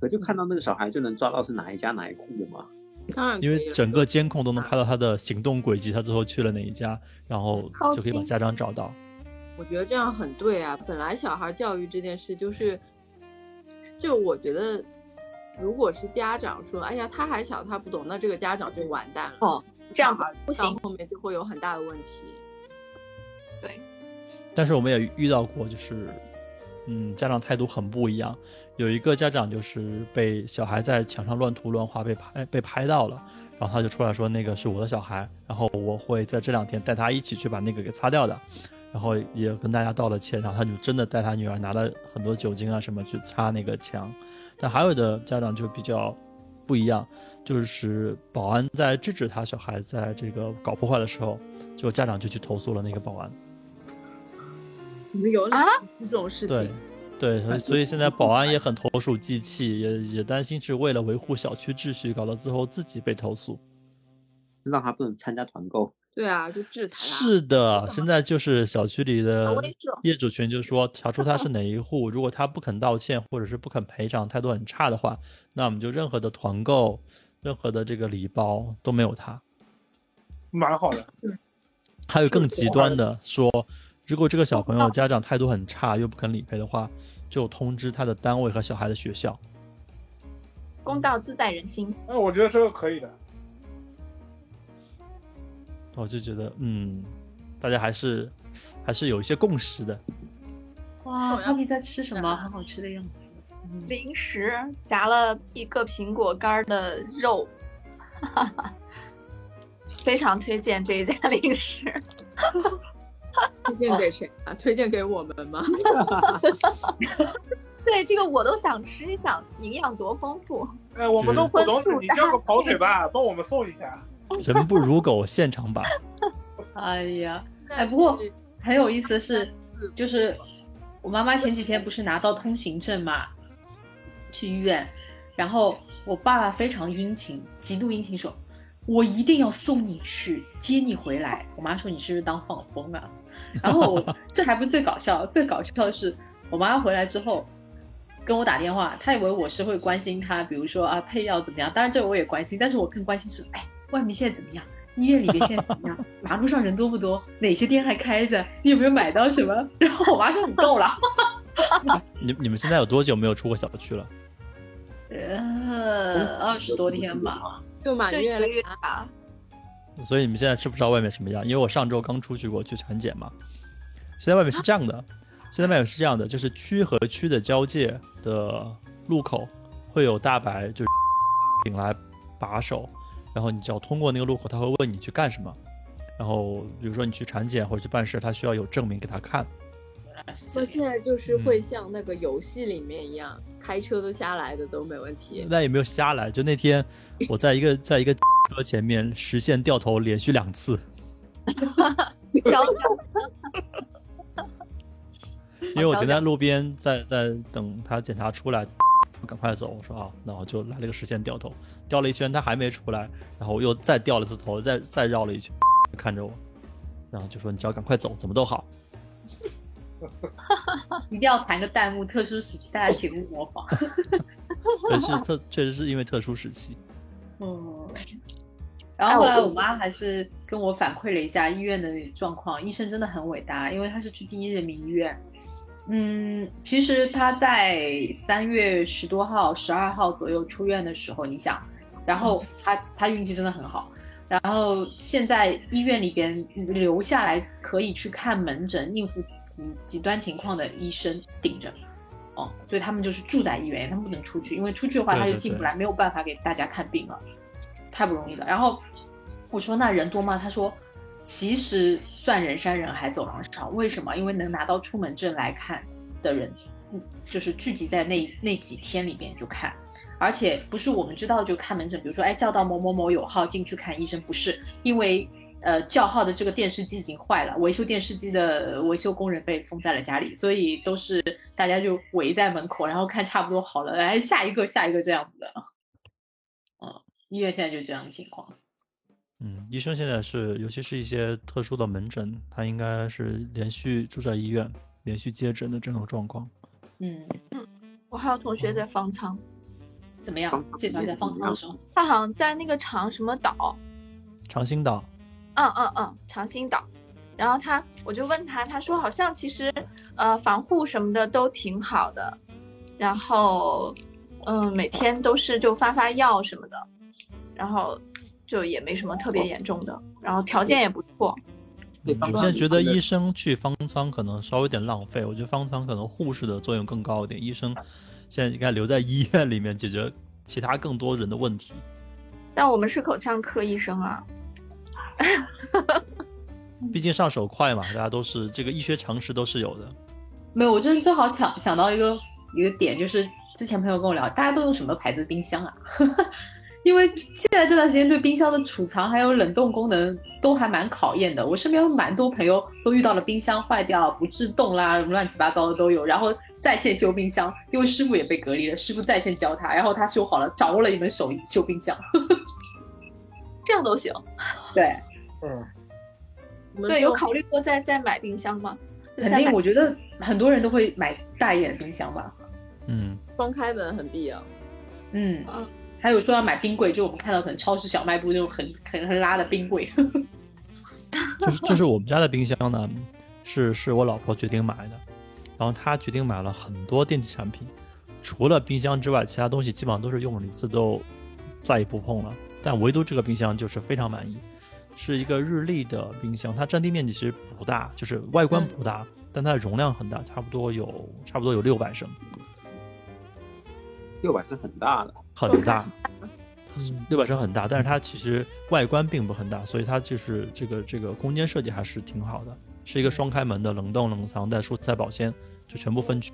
可就看到那个小孩就能抓到是哪一家哪一户的嘛。
当然可以
因
了，
为整个监控都能拍到他的行动轨迹，他最后去了哪一家，然后就可以把家长找到。
我觉得这样很对啊。本来小孩教育这件事就是，就我觉得，如果是家长说，哎呀，他还小，他不懂，那这个家长就完蛋了。
哦，这样不
到
行。
后面就会有很大的问题。
但是我们也遇到过，就是，嗯，家长态度很不一样。有一个家长就是被小孩在墙上乱涂乱画被拍被拍到了，然后他就出来说那个是我的小孩，然后我会在这两天带他一起去把那个给擦掉的，然后也跟大家道了歉，然后他就真的带他女儿拿了很多酒精啊什么去擦那个墙。但还有的家长就比较不一样，就是保安在制止他小孩在这个搞破坏的时候，就家长就去投诉了那个保安。
你们有
啊
这种事
对
情？，
对，所以所以现在保安也很投鼠忌器，也也担心是为了维护小区秩序，搞到最后自己被投诉。
让他不能参加团购。
对啊，就制裁啦。
是的，现在就是小区里的
威慑
业主群就说查出他是哪一户，如果他不肯道歉或者是不肯赔偿，态度很差的话，那我们就任何的团购、任何的这个礼包都没有他。
蛮好的。
还有更极端的说，如果这个小朋友家长态度很差又不肯理赔的话，就通知他的单位和小孩的学校。
公道自在人心。
哎，我觉得这个可以的。
我就觉得，嗯，大家还是还是有一些共识的。
哇
我要
到底在吃什么？
啊
很好吃的样子。嗯
零食炸了一个苹果干儿的肉， *laughs* 非常推荐这一家零食。
推荐给谁啊？推荐给我们
*laughs*
吗？
啊
对，这个我都想吃，你想营养多丰富？
哎，我们都不懂
荤素
你，你叫个跑腿吧，帮我们送一下。
人不如狗，现场版。
*laughs* 哎呀，哎不过很有意思的是，就是我妈妈前几天不是拿到通行证嘛，去医院，然后我爸爸非常殷勤，极度殷勤说，我一定要送你去接你回来。我妈说你是不是当放风啊？然后我这还不是最搞笑，最搞笑的是我妈回来之后。跟我打电话，她以为我是会关心她，比如说啊配药怎么样，当然这我也关心，但是我更关心是，哎，外面现在怎么样？医院里面现在怎么样？马路上人多不多？哪些店还开着？你有没有买到什么？然后我妈说你够了。
你你们现在有多久没有出过小区了？
*laughs* 呃，二十多天吧。
就满
这一
月
个
了
月啊
呀，
吧，
所以你们现在知不知道外面什么样？因为我上周刚出去过去产检嘛。现在外面是这样的，现在外面是这样的，就是区和区的交界的路口会有大白就是领来把守，然后你只要通过那个路口，他会问你去干什么。然后比如说你去产检或者去办事，他需要有证明给他看。
我现在就是
嗯
会像那个游戏里面一样，开车都下来的都没问题。
那也没有瞎来，就那天我在一个 *laughs* 在一个车前面实现掉头连续两次，嗯
小
因为我停在路边在在等他检查出来，我赶快走。我说啊，那我就来了个实线掉头，掉了一圈他还没出来，然后我又再掉了一次头，再再绕了一圈， *laughs* 看着我，然后就说你只要赶快走，怎么都好。
一定要弹个弹幕，特殊时期大家请勿模仿。
对，是特确实是因为特殊时期，
嗯，然后后来我妈还是跟我反馈了一下医院的状况，医生真的很伟大，因为他是去第一人民医院。嗯，其实他在三月十多号、十二号左右出院的时候，你想，然后他他运气真的很好，然后现在医院里边留下来可以去看门诊、应付极极端情况的医生顶着，哦，所以他们就是住在医院，他们不能出去，因为出去的话
对
他就
对
进不
对
来，没有办法给大家看病了，太不容易了。然后我说那人多吗？他说其实算人山人海，走廊少，为什么？因为能拿到出门证来看的人，嗯就是聚集在那那几天里边就看。而且不是我们知道就看门诊，比如说哎叫到某某某有号进去看医生，不是因为呃叫号的这个电视机已经坏了，维修电视机的呃维修工人被封在了家里，所以都是大家就围在门口，然后看差不多好了，哎下一个下一个这样子的，嗯，医院现在就这样的情况，
嗯，医生现在是，尤其是一些特殊的门诊，他应该是连续住在医院，连续接诊的这种状况。
嗯，
我还有同学在方舱，
怎么样？介绍一下方舱生活，
他好像在那个长什么岛，
长兴岛，
嗯嗯嗯，长兴岛。然后他，我就问他，他说好像其实，呃，防护什么的都挺好的，然后，嗯、每天都是就发发药什么的，然后就也没什么特别严重的，然后条件也不错。
对
嗯
方
我
舱
现在觉得
你看着
医生去方舱可能稍微有点浪费，我觉得方舱可能护士的作用更高一点，医生现在应该留在医院里面解决其他更多人的问题。
但我们是口腔科医生啊，
嗯
毕竟上手快嘛，大家都是这个医学常识都是有的。
没有，我正正好想想到一个一个点，就是之前朋友跟我聊，大家都用什么牌子冰箱啊？ *laughs* 因为现在这段时间对冰箱的储藏还有冷冻功能都还蛮考验的。我身边有蛮多朋友都遇到了冰箱坏掉、不制动啦，什么乱七八糟的都有，然后在线修冰箱，因为师傅也被隔离了，师傅在线教他，然后他修好了，掌握了一门手艺修冰箱。
这样都行。
对，
嗯，
我们
对，有
就
考虑过再再买冰箱吗？
肯
再
定
买
我觉得很多人都会买大一点的冰箱吧。
嗯，
双开门很必要。
嗯
嗯，
还有说要买冰柜，就我们看到可能超市小卖部这种很很很拉的冰柜。
就是就是我们家的冰箱呢，是是我老婆决定买的，然后她决定买了很多电器产品，除了冰箱之外，其他东西基本上都是用了一次都再也不碰了。但唯独这个冰箱就是非常满意，是一个日立的冰箱，它占地面积其实不大，就是外观不大，但它的容量很大，差不多有差不多有六百升，
六百是很大的，
很大。六百升很大，但是它其实外观并不很大，所以它就是这个这个空间设计还是挺好的，是一个双开门的冷冻冷藏带蔬菜保鲜，就全部分区。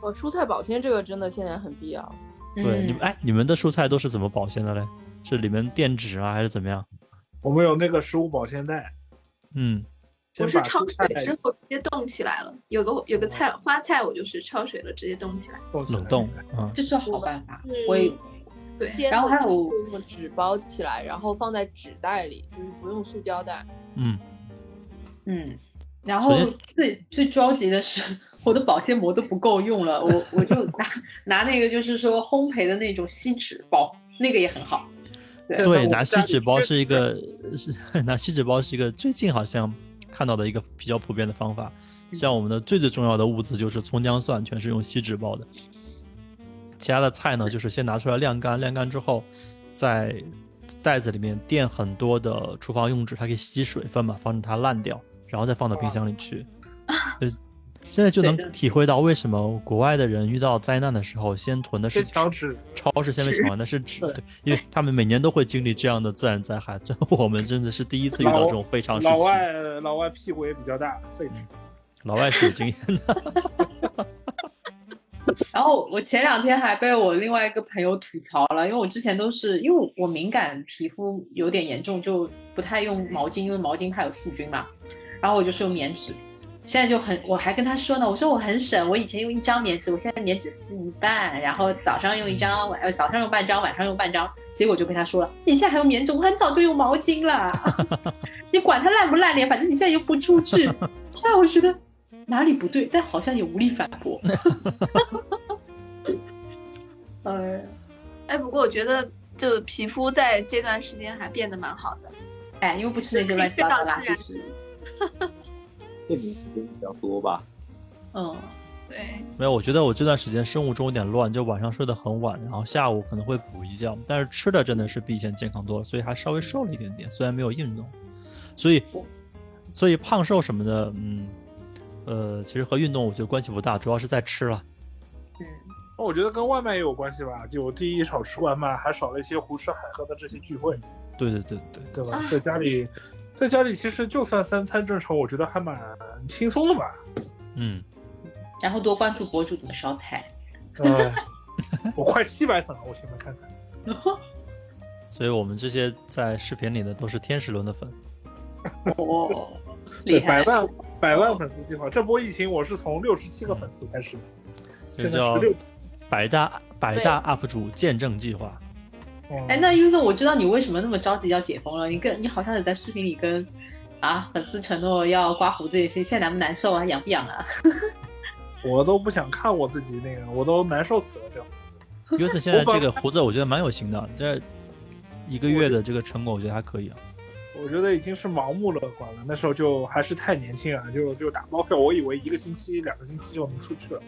哦，蔬菜保鲜这个真的现在很必要。
对，
嗯
你们，哎，你们的蔬菜都是怎么保鲜的嘞？是里面垫纸啊，还是怎么样？
我们有那个食物保鲜袋，
嗯，
先
我是
把
焯
蔬菜
水之后直接冻起来了，有个有个菜花菜，我就是焯水了直接冻起来。
冻起来
冷冻，嗯，
这是好办法。
嗯
我也
对，
天
然后还有
就用纸包起来，然后放在纸袋里，就是不用塑胶袋。
嗯，
嗯，然后
首先
最最着急的是我的保鲜膜都不够用了，
*laughs*
我我就拿拿那个就是说烘焙的那种锡纸包，那个也很好。对
对，拿锡纸包是一个是 *laughs* 拿锡纸包是一个最近好像看到的一个比较普遍的方法。像我们的最最重要的物资就是葱姜蒜，全是用锡纸包的。其他的菜呢，就是先拿出来晾干，晾干之后，在袋子里面垫很多的厨房用纸，它可以吸水分嘛，防止它烂掉，然后再放到冰箱里去。呃，现在就能
对的
体会到为什么国外的人遇到灾难的时候，先囤的是
先
纸
抢纸，
超市先被抢完的是纸，对，因为他们每年都会经历这样的自然灾害，这我们真的是第一次遇到这种非常时
老
期。嗯
外老外屁股也比较大，废纸。
老外是有经验的。
然后我前两天还被我另外一个朋友吐槽了，因为我之前都是因为我敏感皮肤有点严重，就不太用毛巾，因为毛巾怕有细菌嘛。然后我就是用棉纸，现在就很，我还跟他说呢，我说我很省，我以前用一张棉纸，我现在棉纸撕一半，然后早上用一张，晚呃早上用半张，晚上用半张。结果就被他说了，你现在还用棉纸，我很早就用毛巾了，你管它烂不烂脸，反正你现在又不出去。 *laughs* 后来我觉得哪里不对，但好像也无力反驳。呃，
哎，不过我觉得就皮肤在这段时间还变得蛮好的，
哎，因为不吃那些乱七八糟的垃圾食物，
睡眠时间比较多吧。
嗯，
对，
没有，我觉得我这段时间生物钟有点乱，就晚上睡得很晚，然后下午可能会补一觉，但是吃的真的是比以前健康多了，所以还稍微瘦了一点点，虽然没有运动，所以所以胖瘦什么的，嗯，呃，其实和运动我觉得关系不大，主要是在吃了。
那我觉得跟外卖也有关系吧。就我第一少吃外卖，还少了一些胡吃海喝的这些聚会，
对对对对，
对吧
啊？
在家里，在家里其实就算三餐正常，我觉得还蛮轻松的吧。
嗯，
然后多关注博主怎么烧菜。
呃， *laughs* 我快七百粉了，我前面看看。
*laughs*
所以我们这些在视频里的都是天使轮的粉。
哦，
对，
厉害
百！万百万粉丝计划，这波疫情我是从六十七个粉丝开始的，
这
现
个
在
叫
十六。
百大百大 UP 主见证计划。
嗯
哎，那 user，我知道你为什么那么着急要解封了，你跟你好像也在视频里跟啊粉丝承诺要刮胡子也是，现在难不难受啊，痒不痒啊？
我都不想看我自己那个，我都难受死了。这样，
约瑟现在这个胡子，我觉得蛮有型的，这一个月的这个成果，我觉得还可以啊。
我觉得已经是盲目乐观了。那时候就还是太年轻啊，就就打包票，我以为一个星期、两个星期就能出去了，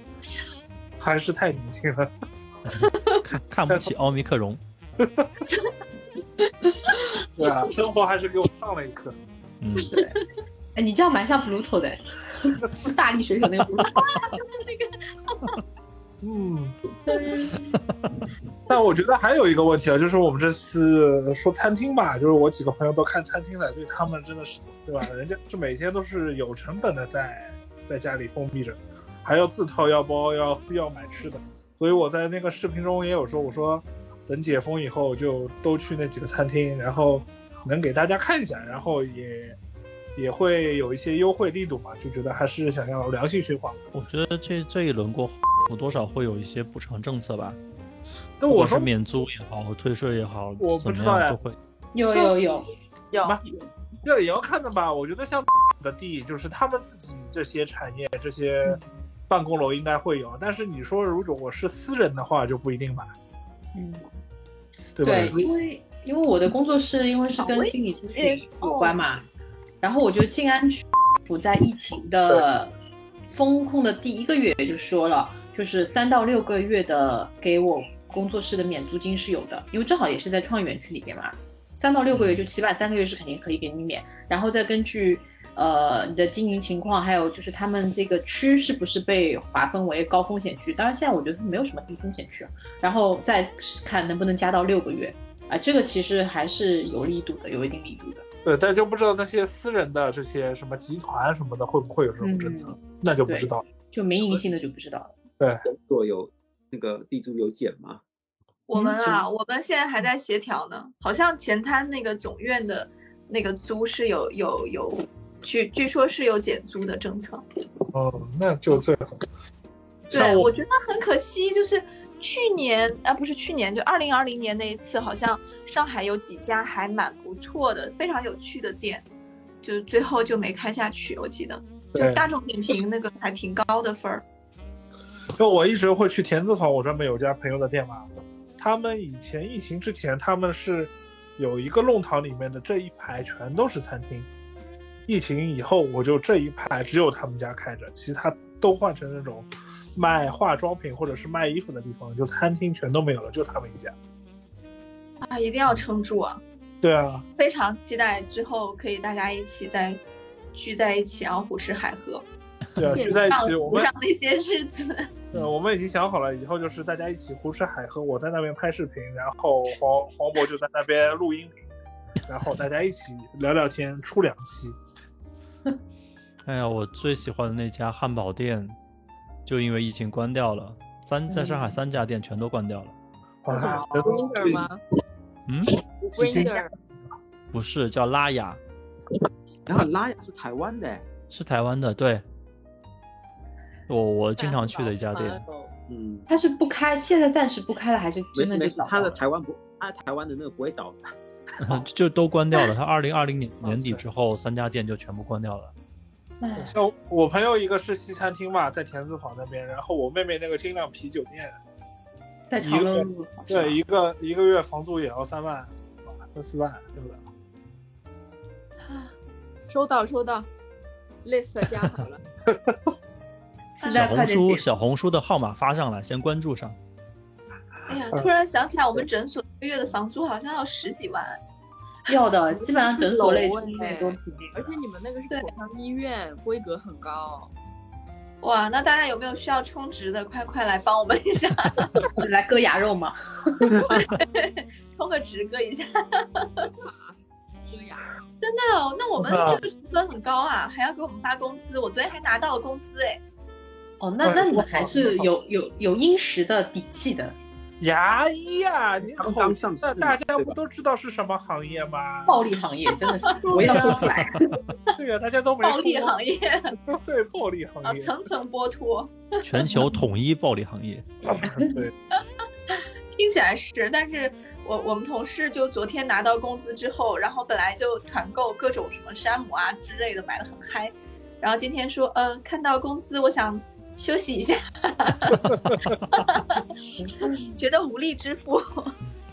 还是太年轻了。
看看不起奥密克戎，
对啊，生活还是给我上了一课。
嗯，
*laughs* 哎，你这样蛮像 Pluto 的， *laughs* 大力水手那个 Pluto。
嗯，但我觉得还有一个问题啊，就是我们这次说餐厅吧，就是我几个朋友都看餐厅的，对他们真的是，对吧？人家是每天都是有成本的在在家里封闭着，还要自掏腰包要要买吃的，所以我在那个视频中也有说，我说等解封以后就都去那几个餐厅，然后能给大家看一下，然后也也会有一些优惠力度嘛，就觉得还是想要良性循环。
我觉得这这一轮过后，我多少会有一些补偿政策吧，不
但我
管是
说
免租也好，退税也好，
我不
怎
知
么
道
样都
呀
会。
有有有，
有
妈这也要看的吧？我觉得像 *laughs* 的地，就是他们自己这些产业、这些办公楼应该会有，但是你说如果我是私人的话，就不一定吧，
嗯，
对吧？
因为因为我的工作室因为是跟心理咨询有关嘛，然后我觉得静安区政府在疫情的风控的第一个月就说了，就是三到六个月的给我工作室的免租金是有的，因为正好也是在创意园区里面嘛，三到六个月就起码三个月是肯定可以给你免，然后再根据。呃，你的经营情况，还有就是他们这个区是不是被划分为高风险区？当然，现在我觉得没有什么低风险区啊，然后再看能不能加到六个月啊，这个其实还是有力度的，有一定力度的。
对，但就不知道那些私人的这些什么集团什么的会不会有这种政策，那就不知道了。
就民营性的就不知道了。
诊所有那个地租有减吗？
我们
什
啊，我们现在还在协调呢，好像前滩那个总院的那个租是有有有，据据说是有减租的政策。
嗯，那就最好。像
对，
我
我觉得很可惜，就是去年啊，不是去年，就二零二零年那一次，好像上海有几家还蛮不错的、非常有趣的店，就最后就没开下去。我记得，就
对
大众点评那个还挺高的分儿。
就我一直会去田字坊，我专门有家朋友的店嘛，他们以前疫情之前，他们是有一个弄堂里面的这一排全都是餐厅，疫情以后我就这一排只有他们家开着，其他都换成那种卖化妆品或者是卖衣服的地方，就餐厅全都没有了，就他们一家。
啊，一定要撑住啊！
对啊，
非常期待之后可以大家一起再聚在一起，然后胡吃海喝，
对啊，
品
聚在一
尝
起，我
不
们
上那些日子。
呃我们已经想好了，以后就是大家一起胡吃海喝，我在那边拍视频，然后黄黄渤就在那边录音频，然后大家一起聊聊天，出两期。
看一下哎我最喜欢的那家汉堡店，就因为疫情关掉了，三在上海三家店全都关掉了。
好像觉
w i n d e r
得
吗
嗯，
w i n d e r
不是，叫拉雅，
然后拉雅是台湾的，
是台湾的，对。我我经常去的一家店，
嗯，
它是不开，现在暂时不开了，还是
没
真
事
的
没
就
事
找，
他
到
的
了
台湾不，他台湾的那个不会倒的，
*laughs* 就都关掉
*laughs*
了。它二零二零年年底
对
之后，三家店就全部关掉了。
哎
像我朋友一个是西餐厅嘛，在田子坊那边，然后我妹妹那个精酿啤酒店，
在长乐路，是吧啊
对，一个一个月房租也要三万，哇三四万，对不对？
收到收到，list 加好了。
期
小
待快
红
点
书
解。
小红书的号码发上来，先关
*laughs*
注上。
哎
嗯
呀，突然想起来，我们诊所一个月的房租好像要十几万，
要的，基本上诊所类
楼
中
哎
类都挺那
而
个
且
啊
的。
你们那个是
对
口腔医院，规格很高。
哇！那大家有没有需要充值的？快快来帮我们一下， *laughs*
你来割牙肉嘛，
充个值割一下。
这
*laughs*
样，
真的哦，那我们这个成本很高啊，还要给我们发工资。我昨天还拿到了工资哎，
哦，那那
对
你们还是有有有殷实的底气的，
牙医啊，你
刚
口
刚上市
那
嘛
大家
对
不
吧
都知道是什么行业吗？
暴利行业真
*laughs*
的是我要说出来。 *laughs*
对呀、大家都没
暴利
说
行业
对暴利行
啊，
业，
层层剥脱，
全球统一暴力行业，
对，
听起来是，但是我我们同事就昨天拿到工资之后，然后本来就团购各种什么山姆啊之类的，买的很嗨，然后今天说，呃，看到工资，我想休息一下，觉得无力支付。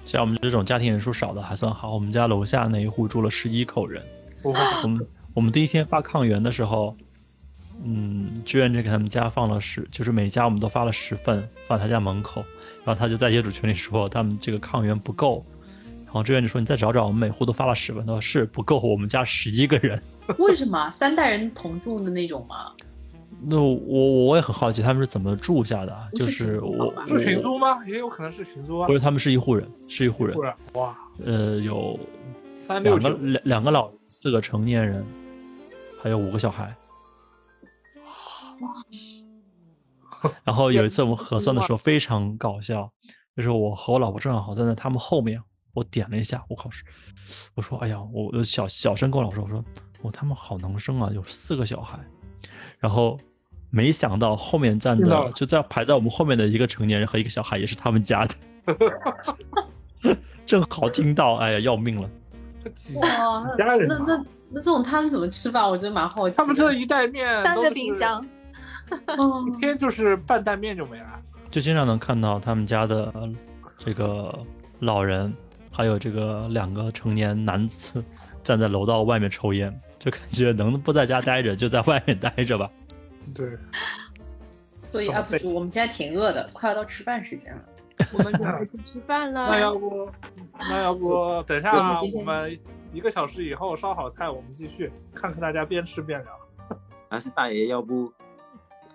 像我们这种家庭人数少的还算好。我们家楼下那一户住了十一口人，
哇，
我们我们第一天发抗原的时候，嗯，志愿者给他们家放了十，就是每家我们都发了十份，放在他家门口。然后他就在业主群里说他们这个抗原不够，然后志愿者说你再找找，我们每户都发了十份。他说是不够，我们家十一个人。
为什么三代人同住的那种吗？
那我我我也很好奇他们是怎么住下的啊，
是
就
群
是
租
我
吧
是群租吗？也有可能是群租啊
不，是他们是一户人，是一户人
不，然哇，
呃，有
三六
两个
九
两两个老人，四个成年人，还有五个小孩。然后有一次我们核酸的时候非常搞笑，就是我和我老婆正好站在他们后面，我点了一下，我靠，是我说哎呀，我我小小声跟我老婆说，我说我他们好能生啊，有四个小孩。然后没想到后面站
听到
的
了
就在排在我们后面的一个成年人和一个小孩，也是他们家的，
*laughs*
正好听到，哎呀，要命了。
几
哇，
几家人
那
嘛
那那这种他们怎么吃饭？我真蛮好奇的。
他们这一袋面
三
都
个
是
冰箱，
嗯
一天就是半袋面就没了。
就经常能看到他们家的呃这个老人，还有这个两个成年男子站在楼道外面抽烟，就感觉能不在家待着就在外面待着吧。
对，
所以 UP 主，我们现在挺饿的，快要到吃饭时间了。
我们准备
*laughs*
去吃饭
那
了。
要不那要不等一下
嗯我
啊
们今，天
我们一个小时以后烧好菜，我们继续看看大家边吃边聊。
还是啊大爷要不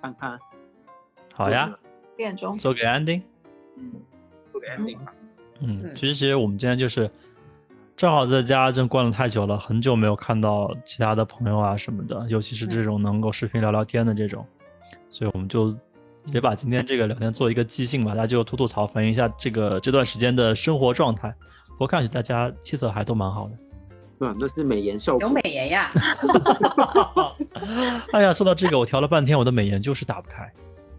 看看
好呀，
*laughs*
五点
嗯
钟，
做个 ending。
做个 ending 吧，
嗯，
嗯
其实其实我们今天就是正好在家真关了太久了，很久没有看到其他的朋友啊什么的，尤其是
嗯
这种能够视频聊聊天的这种，所以我们就也把今天这个聊天做一个即兴吧，大家就吐吐槽，反映一下这个这段时间的生活状态。我看上去大家气色还都蛮好的。
*laughs*
对，那是美颜效
有
果，
美颜呀，
哎呀，说到这个，我调了半天，我的美颜就是打不开，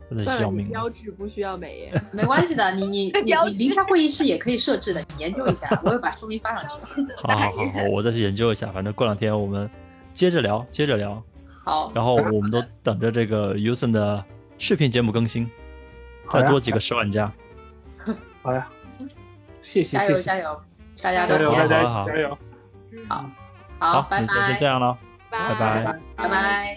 真的
算
是要
了，你
命
标
了。
志不需要美颜。
没关系的，你你你
标
你
志
离开会议室也可以设置的，你研究一下，我会把说明发上去。
好好好好，我再去研究一下，反正过两天我们接着聊，接着聊。
*laughs* 好，
然后我们都等着这个 Uson 的视频节目更新，
好呀
再多几个十万加。
好呀，谢谢
加
谢
油
谢，
加油，大家
加
都
油
好
大
好
家
好
加油。
好，拜
那就先这
拜，
样了，拜
拜
拜
拜。
拜拜。